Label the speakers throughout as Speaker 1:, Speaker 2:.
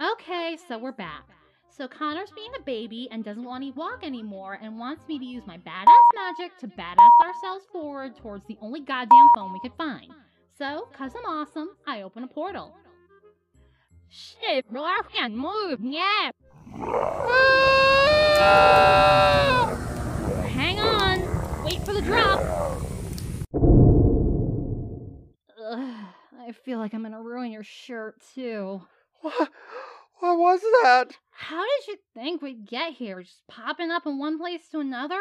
Speaker 1: Okay, so we're back. So Connor's being a baby and doesn't want to walk anymore and wants me to use my badass magic to badass ourselves forward towards the only goddamn phone we could find. So, cuz I'm awesome, I open a portal.
Speaker 2: Shit, bro, I can't move. Yeah.
Speaker 1: Ah! Hang on, wait for the drop. Ugh, I feel like I'm gonna ruin your shirt too.
Speaker 3: What? What was that?
Speaker 1: How did you think we'd get here? Just popping up in one place to another?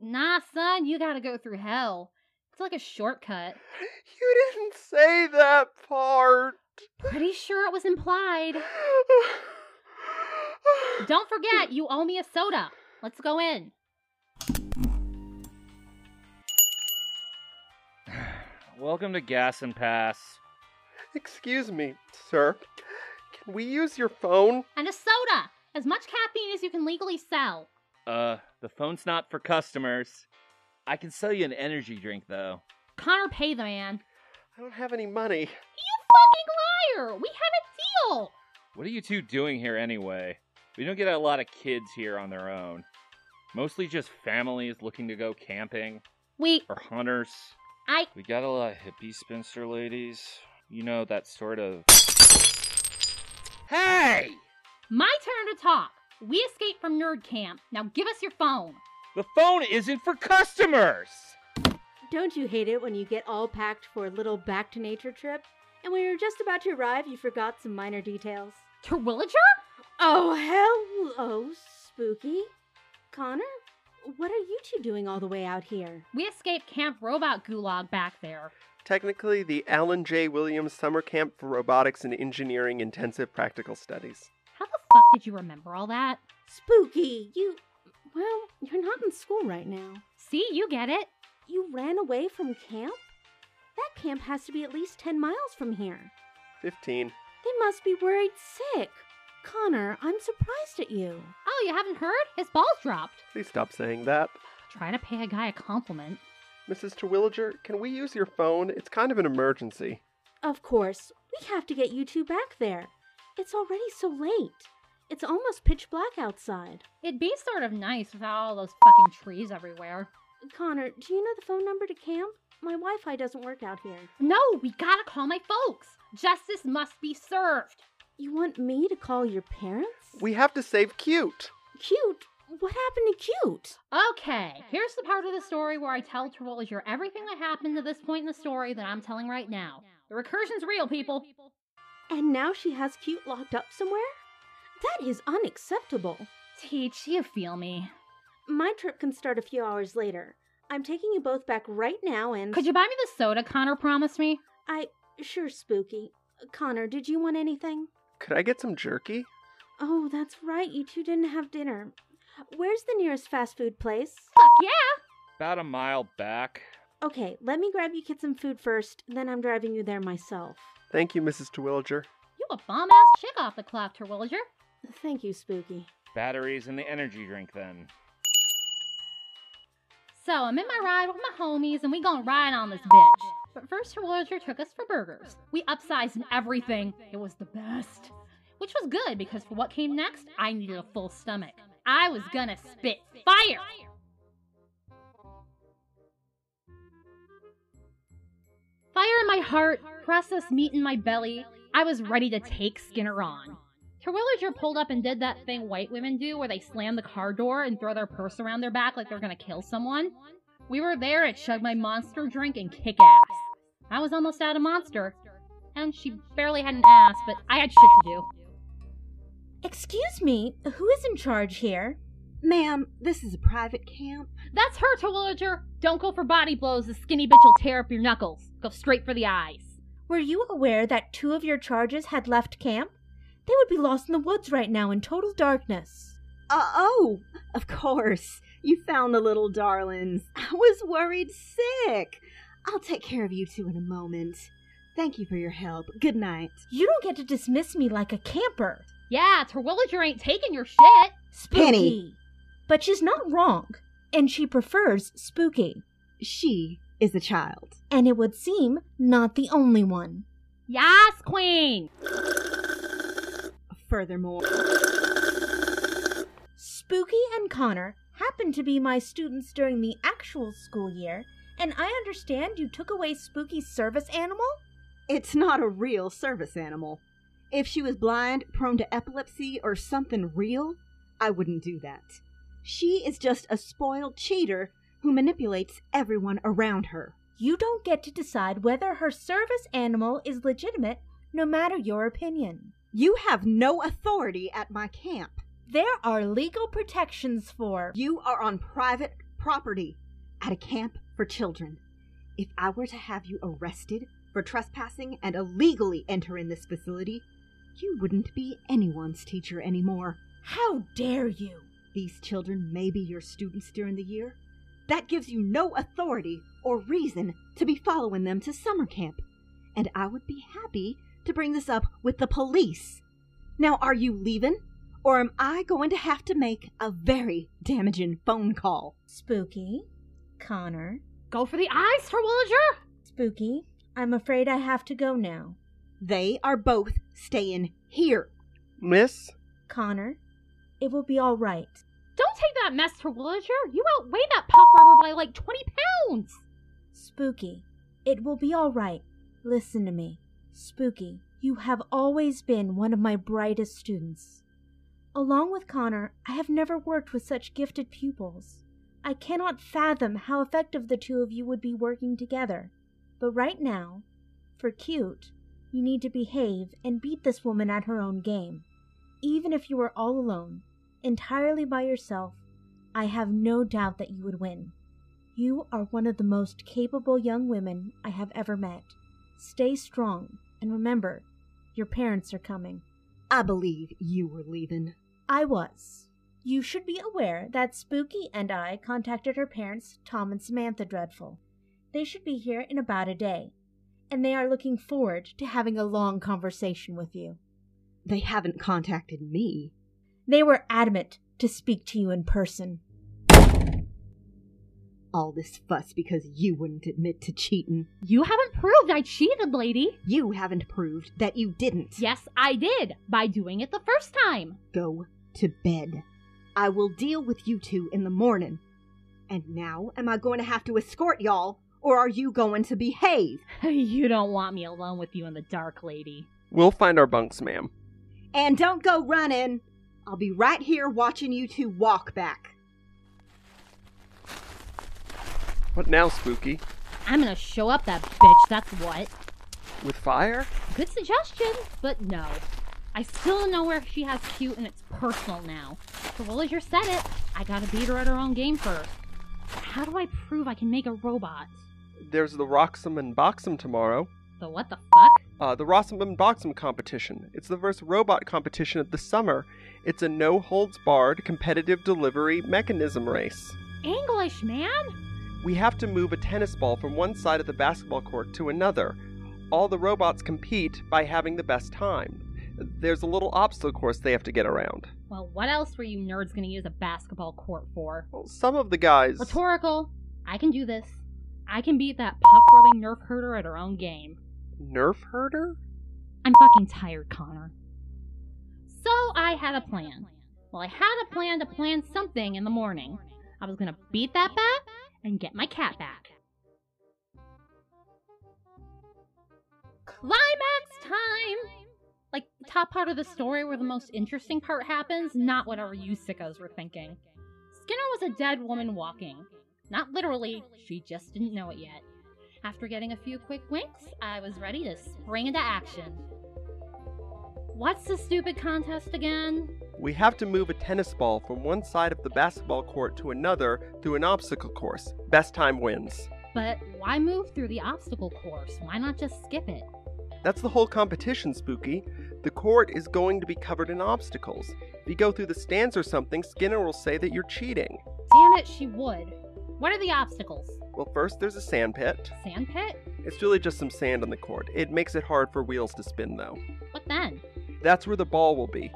Speaker 1: Nah, son, you gotta go through hell. It's like a shortcut.
Speaker 3: You didn't say that part.
Speaker 1: Pretty sure it was implied.
Speaker 3: I
Speaker 1: Don't forget, you owe me a soda. Let's go in.
Speaker 4: Welcome to Gas and Pass.
Speaker 3: Excuse me, sir. Can we use your phone?
Speaker 1: And a soda! As much caffeine as you can legally sell.
Speaker 4: Uh, the phone's not for customers. I can sell you an energy drink though.
Speaker 1: Connor, pay the man.
Speaker 3: I don't have any money.
Speaker 1: You fucking liar! We had a deal!
Speaker 4: What are you two doing here anyway? We don't get a lot of kids here on their own. Mostly just families looking to go camping
Speaker 1: We.
Speaker 4: or hunters.
Speaker 1: I.
Speaker 4: We got a lot of hippie spinster ladies. You know, that sort of. Hey!
Speaker 1: My turn to talk. We escaped from nerd camp. Now give us your phone.
Speaker 4: The phone isn't for customers!
Speaker 5: Don't you hate it when you get all packed for a little back to nature trip? And when you're just about to arrive, you forgot some minor details.
Speaker 1: Terwillager?
Speaker 5: Oh, hello, spooky. Connor, what are you two doing all the way out here?
Speaker 1: We escaped Camp Robot Gulag back there.
Speaker 3: Technically, the Alan J. Williams Summer Camp for Robotics and Engineering Intensive Practical Studies.
Speaker 1: How the fuck did you remember all that?
Speaker 5: Spooky, you. Well, you're not in school right now.
Speaker 1: See, you get it.
Speaker 5: You ran away from camp? That camp has to be at least 10 miles from here.
Speaker 3: 15.
Speaker 5: They must be worried sick. Connor, I'm surprised at you.
Speaker 1: Oh, you haven't heard? His ball's dropped.
Speaker 3: Please stop saying that.
Speaker 1: Try to pay a guy a compliment.
Speaker 3: Mrs. Terwilliger, can we use your phone? It's kind of an emergency.
Speaker 5: Of course, we have to get you two back there. It's already so late. It's almost pitch black outside.
Speaker 1: It'd be sort of nice without all those fucking trees everywhere.
Speaker 5: Connor, do you know the phone number to camp? My Wi Fi doesn't work out here.
Speaker 1: No, we gotta call my folks. Justice must be served.
Speaker 5: You want me to call your parents?
Speaker 3: We have to save cute.
Speaker 5: Cute? What happened to Cute?
Speaker 1: Okay, here's the part of the story where I tell Terwilliger everything that happened to this point in the story that I'm telling right now. The recursion's real, people.
Speaker 5: And now she has Cute locked up somewhere? That is unacceptable.
Speaker 1: Teach, you feel me.
Speaker 5: My trip can start a few hours later. I'm taking you both back right now and.
Speaker 1: Could you buy me the soda Connor promised me?
Speaker 5: I. Sure, Spooky. Connor, did you want anything?
Speaker 3: Could I get some jerky?
Speaker 5: Oh, that's right. You two didn't have dinner. Where's the nearest fast food place?
Speaker 1: Fuck yeah!
Speaker 4: About a mile back.
Speaker 5: Okay, let me grab you kids some food first, then I'm driving you there myself.
Speaker 3: Thank you, Mrs. Terwilliger.
Speaker 1: You a bomb ass chick off the clock, Terwilliger.
Speaker 5: Thank you, Spooky.
Speaker 4: Batteries in the energy drink then.
Speaker 1: So I'm in my ride with my homies and we gonna ride on this bitch. But first, her villager took us for burgers. We upsized and everything. It was the best. Which was good because for what came next, I needed a full stomach. I was gonna spit fire! Fire in my heart, processed meat in my belly. I was ready to take Skinner on. Terwilliger pulled up and did that thing white women do where they slam the car door and throw their purse around their back like they're gonna kill someone. We were there to chug my monster drink and kick ass. I was almost out of monster, and she barely had an ass, but I had shit to do.
Speaker 5: Excuse me, who is in charge here? Ma'am, this is a private camp.
Speaker 1: That's her, Terwilliger! Don't go for body blows, the skinny bitch will tear up your knuckles. Go straight for the eyes.
Speaker 5: Were you aware that two of your charges had left camp? They would be lost in the woods right now in total darkness.
Speaker 6: Uh, oh, of course. You found the little darlings. I was worried sick. I'll take care of you two in a moment. Thank you for your help. Good night.
Speaker 5: You don't get to dismiss me like a camper.
Speaker 1: Yeah, Terwilliger ain't taking your shit!
Speaker 5: Spooky.
Speaker 6: Penny.
Speaker 5: But she's not wrong, and she prefers Spooky.
Speaker 6: She is the child.
Speaker 5: And it would seem not the only one.
Speaker 1: Yes, queen!
Speaker 6: Furthermore,
Speaker 5: Spooky and Connor happened to be my students during the actual school year, and I understand you took away Spooky's service animal?
Speaker 6: it's not a real service animal. If she was blind, prone to epilepsy, or something real, I wouldn't do that. She is just a spoiled cheater who manipulates everyone around her.
Speaker 5: You don't get to decide whether her service animal is legitimate, no matter your opinion.
Speaker 6: You have no authority at my camp.
Speaker 5: There are legal protections for.
Speaker 6: You are on private property at a camp for children. If I were to have you arrested for trespassing and illegally enter in this facility, you wouldn't be anyone's teacher anymore.
Speaker 5: How dare you!
Speaker 6: These children may be your students during the year. That gives you no authority or reason to be following them to summer camp. And I would be happy to bring this up with the police. Now, are you leaving? Or am I going to have to make a very damaging phone call?
Speaker 5: Spooky, Connor,
Speaker 1: Go for the eyes, Terwilliger!
Speaker 5: Spooky, I'm afraid I have to go now.
Speaker 6: They are both staying here.
Speaker 3: Miss?
Speaker 5: Connor, it will be all right.
Speaker 1: Don't take that mess, Terwilliger! You outweigh that puff rubber by like 20 pounds!
Speaker 5: Spooky, it will be all right. Listen to me. Spooky, you have always been one of my brightest students. Along with Connor, I have never worked with such gifted pupils. I cannot fathom how effective the two of you would be working together. But right now, for cute, you need to behave and beat this woman at her own game. Even if you were all alone, entirely by yourself, I have no doubt that you would win. You are one of the most capable young women I have ever met. Stay strong, and remember, your parents are coming.
Speaker 6: I believe you were leaving.
Speaker 5: I was. You should be aware that Spooky and I contacted her parents, Tom and Samantha Dreadful. They should be here in about a day, and they are looking forward to having a long conversation with you.
Speaker 6: They haven't contacted me.
Speaker 5: They were adamant to speak to you in person.
Speaker 6: All this fuss because you wouldn't admit to cheating.
Speaker 1: You haven't proved I cheated, lady!
Speaker 6: You haven't proved that you didn't.
Speaker 1: Yes, I did, by doing it the first time!
Speaker 6: Go to bed. I will deal with you two in the morning. And now, am I going to have to escort y'all, or are you going to behave?
Speaker 1: you don't want me alone with you in the dark, lady.
Speaker 3: We'll find our bunks, ma'am.
Speaker 6: And don't go running. I'll be right here watching you two walk back.
Speaker 3: What now, Spooky?
Speaker 1: I'm gonna show up that bitch, that's what.
Speaker 3: With fire?
Speaker 1: Good suggestion, but no. I still know where she has cute and it's personal now. Terwilliger said it. I gotta beat her at her own game first. How do I prove I can make a robot?
Speaker 3: There's the Roxham and Boxum tomorrow.
Speaker 1: The what the fuck?
Speaker 3: Uh, the Rossum and Boxum competition. It's the first robot competition of the summer. It's a no holds barred competitive delivery mechanism race.
Speaker 1: English, man?
Speaker 3: We have to move a tennis ball from one side of the basketball court to another. All the robots compete by having the best time. There's a little obstacle course they have to get around.
Speaker 1: Well, what else were you nerds gonna use a basketball court for?
Speaker 3: Well, some of the guys.
Speaker 1: Rhetorical. I can do this. I can beat that puff rubbing nerf herder at her own game.
Speaker 3: Nerf herder?
Speaker 1: I'm fucking tired, Connor. So I had a plan. Well, I had a plan to plan something in the morning. I was gonna beat that back and get my cat back. Climax time! Like the top part of the story where the most interesting part happens, not whatever you sickos were thinking. Skinner was a dead woman walking. Not literally, she just didn't know it yet. After getting a few quick winks, I was ready to spring into action. What's the stupid contest again?
Speaker 3: We have to move a tennis ball from one side of the basketball court to another through an obstacle course. Best time wins.
Speaker 1: But why move through the obstacle course? Why not just skip it?
Speaker 3: That's the whole competition, Spooky. The court is going to be covered in obstacles. If you go through the stands or something, Skinner will say that you're cheating.
Speaker 1: Damn it, she would. What are the obstacles?
Speaker 3: Well, first, there's a sand pit.
Speaker 1: Sand pit?
Speaker 3: It's really just some sand on the court. It makes it hard for wheels to spin, though.
Speaker 1: What then?
Speaker 3: That's where the ball will be.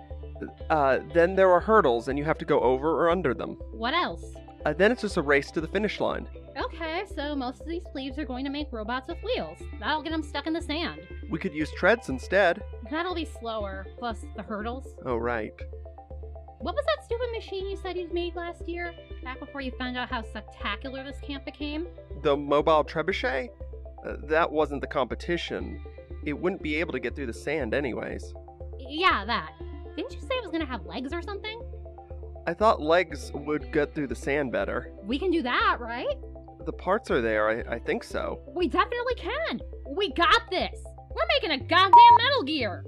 Speaker 3: Uh, then there are hurdles, and you have to go over or under them.
Speaker 1: What else?
Speaker 3: Uh, then it's just a race to the finish line.
Speaker 1: Okay, so most of these sleeves are going to make robots with wheels. That'll get them stuck in the sand.
Speaker 3: We could use treads instead.
Speaker 1: That'll be slower, plus the hurdles.
Speaker 3: Oh, right.
Speaker 1: What was that stupid machine you said you'd made last year? Back before you found out how spectacular this camp became?
Speaker 3: The mobile trebuchet? Uh, that wasn't the competition. It wouldn't be able to get through the sand, anyways.
Speaker 1: Yeah, that. Didn't you say it was gonna have legs or something?
Speaker 3: I thought legs would get through the sand better.
Speaker 1: We can do that, right?
Speaker 3: The parts are there, I, I think so.
Speaker 1: We definitely can! We got this! We're making a goddamn Metal Gear!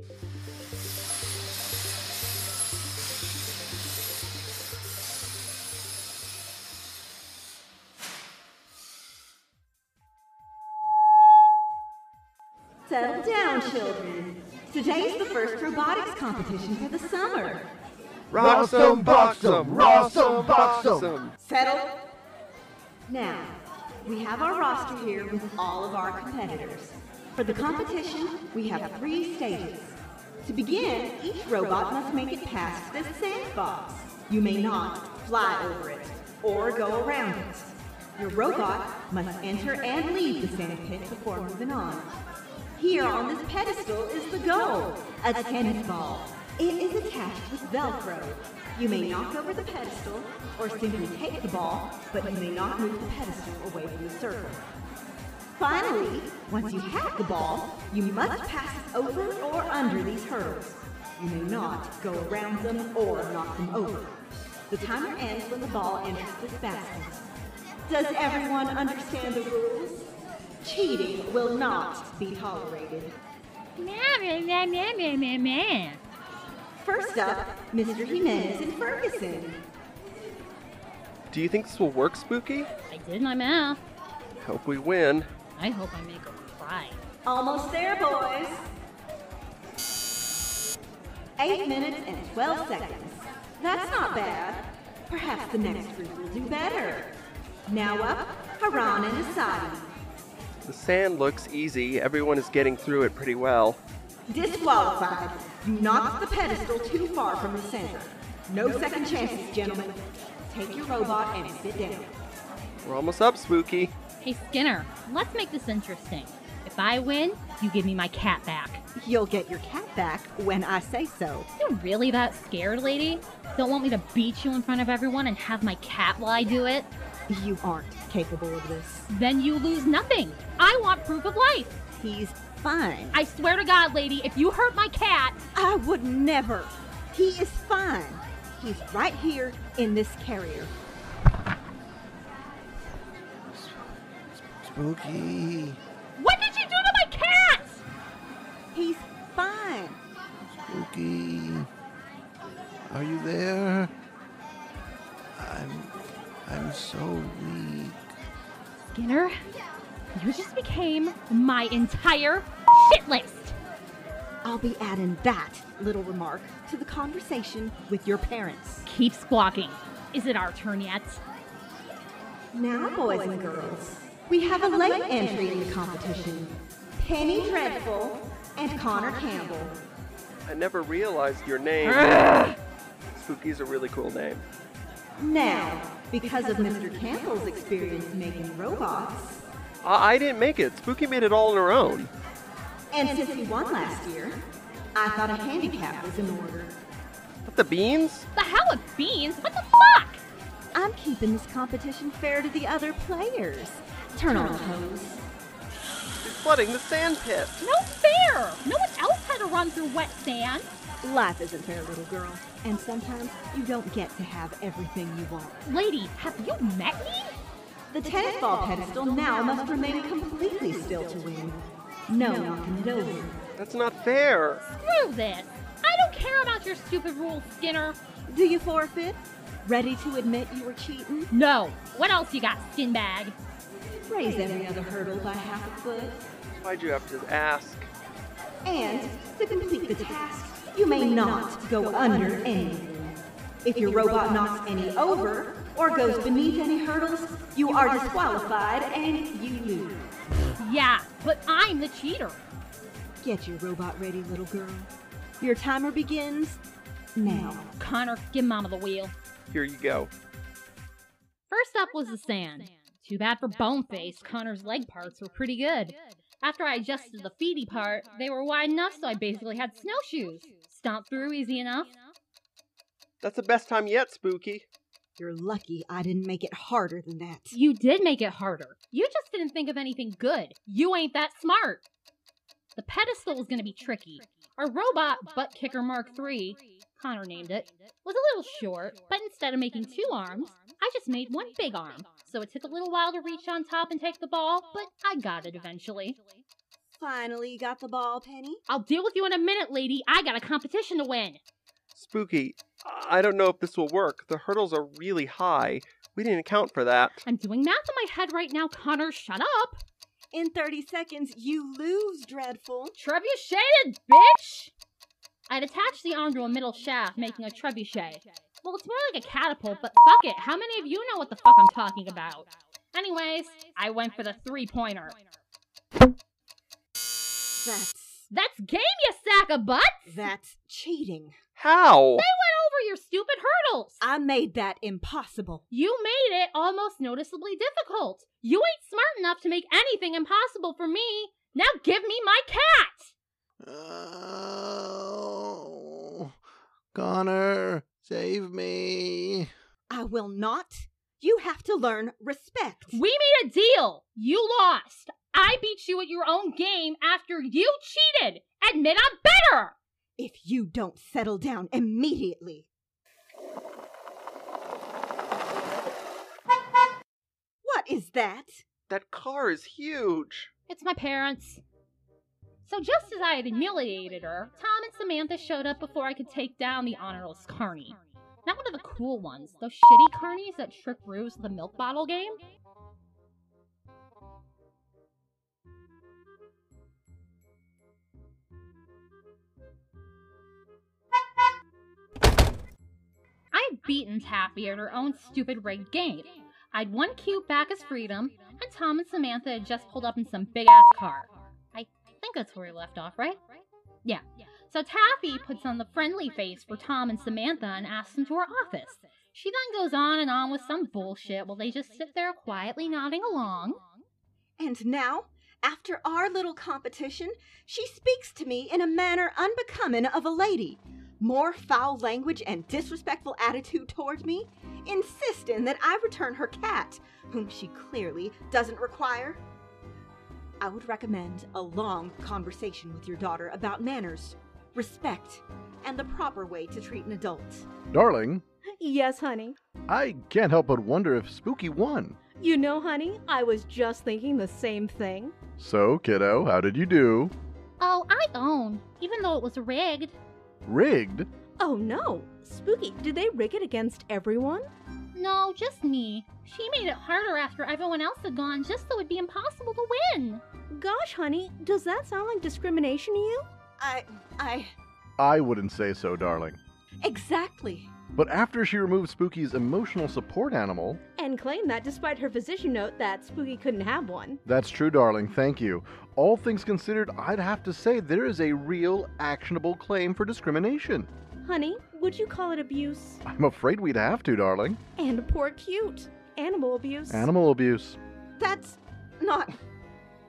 Speaker 6: Settle down, children. Today's the first robotics competition for the summer.
Speaker 3: Ross 'em, box 'em, Ross 'em, box 'em.
Speaker 6: Settled? Now, we have our roster here with all of our competitors. For the competition, we have three stages. To begin, each robot must make it past this sandbox. You may not fly over it or go around it. Your robot must enter and leave the sand pit before moving on. Here on this pedestal is the goal a tennis ball. It is attached with Velcro. You may knock over the pedestal or simply take the ball, but you may not move the pedestal away from the circle. Finally, once you have the ball, you must pass it over or under these hurdles. You may not go around them or knock them over. The timer ends when the ball enters this basket. Does everyone understand the rules? Cheating will not be tolerated. First up, Mr. Jimenez and Ferguson.
Speaker 3: Do you think this will work, Spooky?
Speaker 1: I did my math.
Speaker 3: Hope we win.
Speaker 1: I hope I make her cry.
Speaker 6: Almost there, boys. Eight minutes and 12 seconds. That's not bad. Perhaps the next group will do better. Now up, Haran and Asadi.
Speaker 3: The sand looks easy. Everyone is getting through it pretty well.
Speaker 6: Disqualified. You knocked the pedestal too far from the center. No second chances, gentlemen. Take your robot and sit down.
Speaker 3: We're almost up, Spooky.
Speaker 1: Hey, Skinner, let's make this interesting. If I win, you give me my cat back.
Speaker 6: You'll get your cat back when I say so.
Speaker 1: You really that scared, lady? Don't want me to beat you in front of everyone and have my cat while I do it?
Speaker 6: You aren't capable of this.
Speaker 1: Then you lose nothing. I want proof of life.
Speaker 6: He's fine.
Speaker 1: I swear to God, lady, if you hurt my cat,
Speaker 6: I would never. He is fine. He's right here in this carrier.
Speaker 3: Spooky.
Speaker 1: what did you do to my cat?
Speaker 6: He's fine.
Speaker 7: Spooky. Are you there? I'm I'm so weak.
Speaker 1: Skinner, you just became my entire shit list.
Speaker 6: I'll be adding that little remark to the conversation with your parents.
Speaker 1: Keep squawking. Is it our turn yet?
Speaker 6: Now, boys and girls, we have a late entry in the competition Penny Dreadful and Connor Campbell.
Speaker 3: I never realized your name. Spooky's a really cool name.
Speaker 6: Now, because of Mr. Campbell's experience making robots,
Speaker 3: I, I didn't make it. Spooky made it all on her own.
Speaker 6: And since he won last year, I thought a handicap was in order.
Speaker 3: What the beans?
Speaker 1: The hell with beans? What the fuck?
Speaker 6: I'm keeping this competition fair to the other players. Turn on the hose.
Speaker 3: She's flooding the sand pit.
Speaker 1: No fair. No one else had to run through wet sand.
Speaker 6: Life isn't fair, little girl. And sometimes you don't get to have everything you want.
Speaker 1: Lady, have you met me?
Speaker 6: The tennis ball pedestal now must remain completely still to win. No knocking it over.
Speaker 3: That's not fair.
Speaker 1: Screw this. I don't care about your stupid rules, Skinner.
Speaker 6: Do you forfeit? Ready to admit you were cheating?
Speaker 1: No. What else you got, skinbag?
Speaker 6: Raise every other hurdle by half a foot.
Speaker 3: Why'd you have to ask?
Speaker 6: And to complete the task, you may not go under anything. If your robot knocks any over or goes beneath any hurdles, you are disqualified and you lose.
Speaker 1: Yeah, but I'm the cheater.
Speaker 6: Get your robot ready, little girl. Your timer begins now.
Speaker 1: Connor, give Mama the wheel.
Speaker 3: Here you go.
Speaker 1: First up was the sand. Too bad for Boneface, Connor's leg parts were pretty good. After I adjusted the feety part, they were wide enough so I basically had snowshoes. Stomped through easy enough.
Speaker 3: That's the best time yet, Spooky.
Speaker 6: You're lucky I didn't make it harder than that.
Speaker 1: You did make it harder. You just didn't think of anything good. You ain't that smart. The pedestal is going to be tricky. Our robot, Butt Kicker Mark III, Connor named it, was a little short, but instead of making two arms, I just made one big arm. So it took a little while to reach on top and take the ball, but I got it eventually.
Speaker 6: Finally, you got the ball, Penny.
Speaker 1: I'll deal with you in a minute, lady. I got a competition to win.
Speaker 3: Spooky, I don't know if this will work. The hurdles are really high. We didn't account for that.
Speaker 1: I'm doing math in my head right now, Connor. Shut up.
Speaker 6: In 30 seconds, you lose, Dreadful.
Speaker 1: Trebucheted, bitch! I'd attach the arm to a middle shaft, making a trebuchet. Well, it's more like a catapult, but fuck it. How many of you know what the fuck I'm talking about? Anyways, I went for the three pointer.
Speaker 6: That's
Speaker 1: That's game, you sack of butts!
Speaker 6: that's cheating.
Speaker 3: How?
Speaker 1: Over your stupid hurdles!
Speaker 6: I made that impossible.
Speaker 1: You made it almost noticeably difficult. You ain't smart enough to make anything impossible for me. Now give me my cat!
Speaker 7: Oh, Connor, save me.
Speaker 6: I will not. You have to learn respect.
Speaker 1: We made a deal. You lost. I beat you at your own game after you cheated. Admit I'm better.
Speaker 6: if you don't settle down immediately. What is that?
Speaker 3: That car is huge.
Speaker 1: It's my parents. So just as I had humiliated her, Tom and Samantha showed up before I could take down the honorless Carney. Not one of the cool ones, those shitty Carnies that trick Ruse with the milk bottle game. I had beaten Taffy at her own stupid rigged game. I'd won cute back as freedom, and Tom and Samantha had just pulled up in some big ass car. I think that's where we left off, right? Yeah. So Taffy puts on the friendly face for Tom and Samantha and asks them to her office. She then goes on and on with some bullshit while they just sit there quietly nodding along.
Speaker 6: And now, after our little competition, she speaks to me in a manner unbecoming of a lady. More foul language and disrespectful attitude toward me, insisting that I return her cat, whom she clearly doesn't require. I would recommend a long conversation with your daughter about manners, respect, and the proper way to treat an adult.
Speaker 7: Darling,
Speaker 5: Yes, honey.
Speaker 7: I can't help but wonder if Spooky won.
Speaker 5: You know, honey, I was just thinking the same thing.
Speaker 7: So, kiddo, how did you do?
Speaker 1: Oh, I own, even though it was rigged.
Speaker 7: Rigged?
Speaker 5: Oh no, Spooky, did they rig it against everyone?
Speaker 1: No, just me. She made it harder after everyone else had gone just so it'd be impossible to win.
Speaker 5: Gosh, honey, does that sound like discrimination to you?
Speaker 6: I. I.
Speaker 7: I wouldn't say so, darling.
Speaker 6: Exactly.
Speaker 7: But after she removed Spooky's emotional support animal,
Speaker 5: And claim that despite her physician note that Spooky couldn't have one.
Speaker 7: that's true, darling, thank you. All things considered, I'd have to say there is a real actionable claim for discrimination.
Speaker 5: Honey, would you call it abuse?
Speaker 7: I'm afraid we'd have to, darling.
Speaker 5: And poor cute. Animal abuse.
Speaker 7: Animal abuse.
Speaker 6: That's not.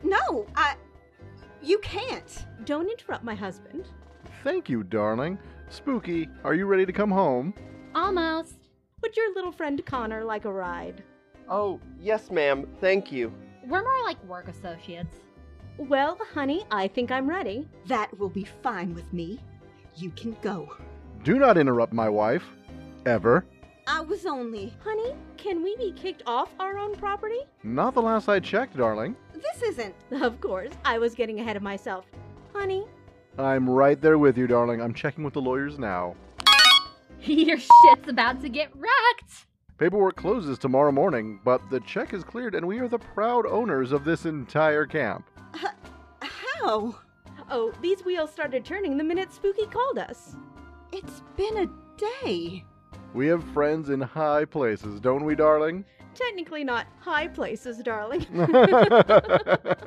Speaker 6: No, I. You can't.
Speaker 5: Don't interrupt my husband.
Speaker 7: Thank you, darling. Spooky, are you ready to come home?
Speaker 1: Almost.
Speaker 5: Would your little friend Connor like a ride?
Speaker 3: Oh, yes, ma'am. Thank you.
Speaker 1: We're more like work associates.
Speaker 5: Well, honey, I think I'm ready.
Speaker 6: That will be fine with me. You can go.
Speaker 7: Do not interrupt my wife. Ever.
Speaker 6: I was only.
Speaker 5: Honey, can we be kicked off our own property?
Speaker 7: Not the last I checked, darling.
Speaker 6: This isn't.
Speaker 5: Of course, I was getting ahead of myself. Honey,
Speaker 7: I'm right there with you, darling. I'm checking with the lawyers now.
Speaker 1: Your shit's about to get wrecked.
Speaker 7: Paperwork closes tomorrow morning, but the check is cleared and we are the proud owners of this entire camp.
Speaker 6: How?
Speaker 5: oh, these wheels started turning the minute Spooky called us.
Speaker 6: It's been a day.
Speaker 7: We have friends in high places, don't we, darling?
Speaker 5: Technically not high places, darling.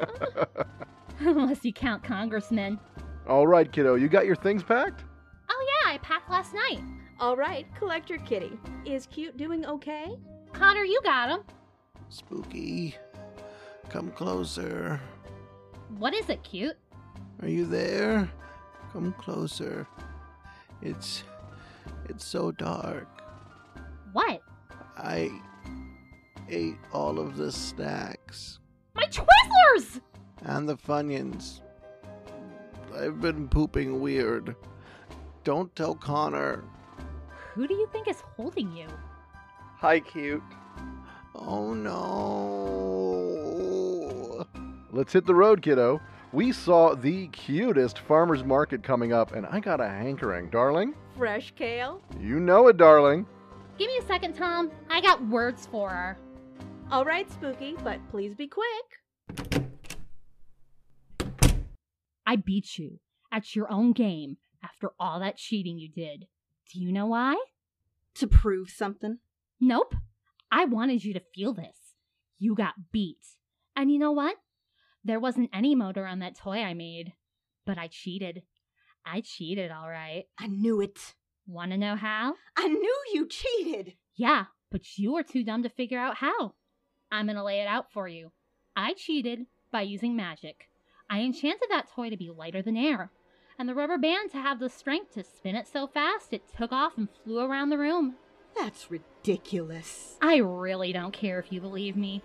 Speaker 1: Unless you count congressmen.
Speaker 7: All right, kiddo, you got your things packed?
Speaker 1: Oh yeah, I packed last night.
Speaker 5: All right, collect your kitty. Is Cute doing okay?
Speaker 1: Connor, you got him.
Speaker 7: Spooky. Come closer.
Speaker 1: What is it, cute?
Speaker 8: Are you there? Come closer. It's. It's so dark.
Speaker 1: What?
Speaker 8: I ate all of the snacks
Speaker 1: My Twizzlers!
Speaker 8: and the Funyuns. I've been pooping weird. Don't tell Connor.
Speaker 1: Who do you think is holding you?
Speaker 3: Hi, cute.
Speaker 8: Oh no.
Speaker 7: Let's hit the road, kiddo. We saw the cutest farmer's market coming up, and I got a hankering. Darling,
Speaker 5: Fresh kale?
Speaker 7: you know it, darling.
Speaker 1: Give me a second, Tom. I got words for her.
Speaker 5: All right, Spooky, but please be quick.
Speaker 1: I beat you at your own game after all that cheating you did. Do you know why?
Speaker 6: To prove something.
Speaker 1: Nope. I wanted you to feel this. You got beat. And you know what? There wasn't any motor on that toy I made, but I cheated. I cheated, all right.
Speaker 6: I knew it.
Speaker 1: Want to know how?
Speaker 6: I knew you cheated.
Speaker 1: Yeah, but you were too dumb to figure out how. I'm going to lay it out for you. I cheated by using magic. I enchanted that toy to be lighter than air, and the rubber band to have the strength to spin it so fast it took off and flew around the room.
Speaker 6: That's ridiculous.
Speaker 1: I really don't care if you believe me.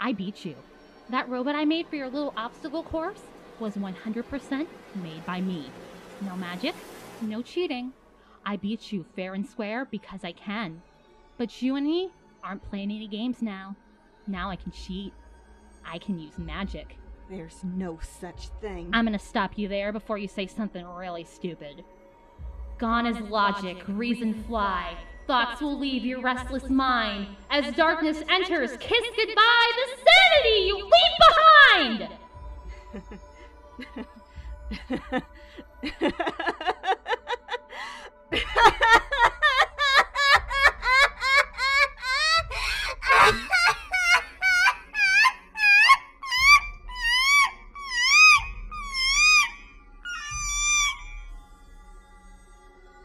Speaker 1: I beat you. That robot I made for your little obstacle course was 100% made by me. No magic, no cheating. I beat you fair and square because I can. But you and me aren't playing any games now. Now I can cheat. I can use magic.
Speaker 6: There's no such thing.
Speaker 1: I'm gonna stop you there before you say something really stupid. Gone is logic, reason fly. Thoughts will leave your restless mind. As darkness enters, kiss goodbye the sanity you leave behind!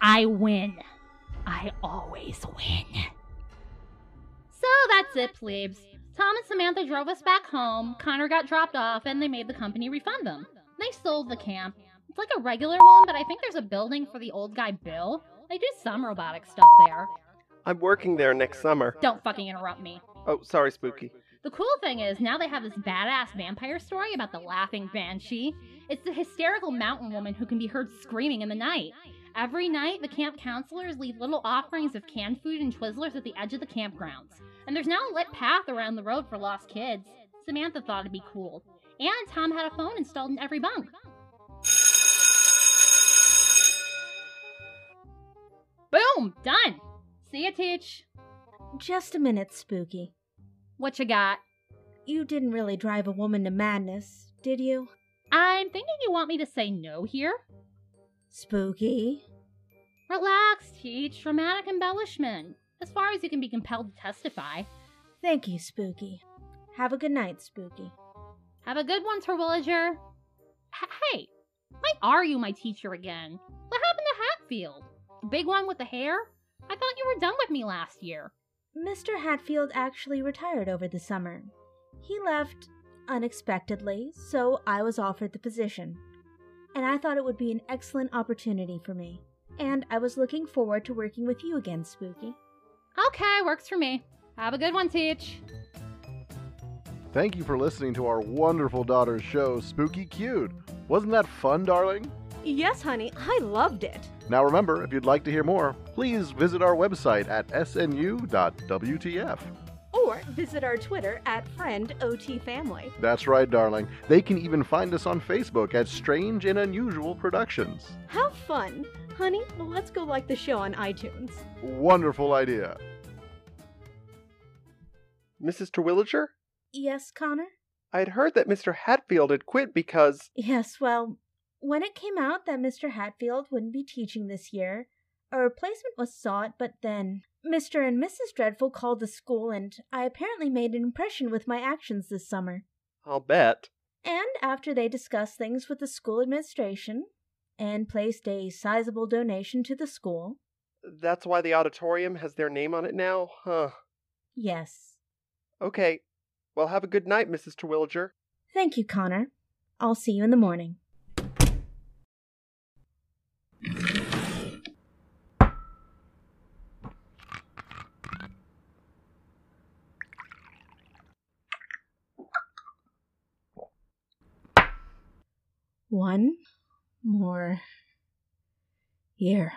Speaker 1: I win. I always win. So that's it, plebes. Tom and Samantha drove us back home. Connor got dropped off, and they made the company refund them. They sold the camp. It's like a regular one, but I think there's a building for the old guy Bill. They do some robotic stuff there.
Speaker 3: I'm working there next summer.
Speaker 1: Don't fucking interrupt me.
Speaker 3: Oh, sorry, Spooky.
Speaker 1: The cool thing is, now they have this badass vampire story about the laughing banshee. It's the hysterical mountain woman who can be heard screaming in the night. Every night, the camp counselors leave little offerings of canned food and Twizzlers at the edge of the campgrounds. And there's now a lit path around the road for lost kids. Samantha thought it'd be cool. And Tom had a phone installed in every bunk. Boom! Done! See ya, Teach!
Speaker 9: Just a minute, Spooky.
Speaker 1: What you got?
Speaker 9: You didn't really drive a woman to madness, did you?
Speaker 1: I'm thinking you want me to say no here?
Speaker 9: Spooky?
Speaker 1: Relax, Teach. Dramatic embellishment. As far as you can be compelled to testify.
Speaker 9: Thank you, Spooky. Have a good night, Spooky.
Speaker 1: Have a good one, Terwilliger. H- hey, why are you my teacher again? What happened to Hatfield? The big one with the hair? I thought you were done with me last year.
Speaker 9: Mr. Hatfield actually retired over the summer. He left unexpectedly, so I was offered the position. And I thought it would be an excellent opportunity for me. And I was looking forward to working with you again, Spooky.
Speaker 1: Okay, works for me. Have a good one, Teach.
Speaker 7: Thank you for listening to our wonderful daughter's show, Spooky Cute. Wasn't that fun, darling?
Speaker 5: Yes, honey, I loved it.
Speaker 7: Now remember, if you'd like to hear more, please visit our website at snu.wtf.
Speaker 5: Or visit our Twitter at FriendOTFamily.
Speaker 7: That's right, darling. They can even find us on Facebook at Strange and Unusual Productions.
Speaker 5: Have fun. Honey, let's go like the show on iTunes.
Speaker 7: Wonderful idea.
Speaker 3: Mrs. Terwilliger?
Speaker 9: Yes, Connor?
Speaker 3: I had heard that Mr. Hatfield had quit because.
Speaker 9: Yes, well, when it came out that Mr. Hatfield wouldn't be teaching this year, a replacement was sought, but then Mr. and Mrs. Dreadful called the school, and I apparently made an impression with my actions this summer.
Speaker 3: I'll bet.
Speaker 9: And after they discussed things with the school administration and placed a sizable donation to the school,
Speaker 3: That's why the auditorium has their name on it now? Huh.
Speaker 9: yes.
Speaker 3: Okay. Well, have a good night, Mrs. Terwilliger.
Speaker 9: Thank you, Connor.
Speaker 5: I'll see you in the morning. One more year.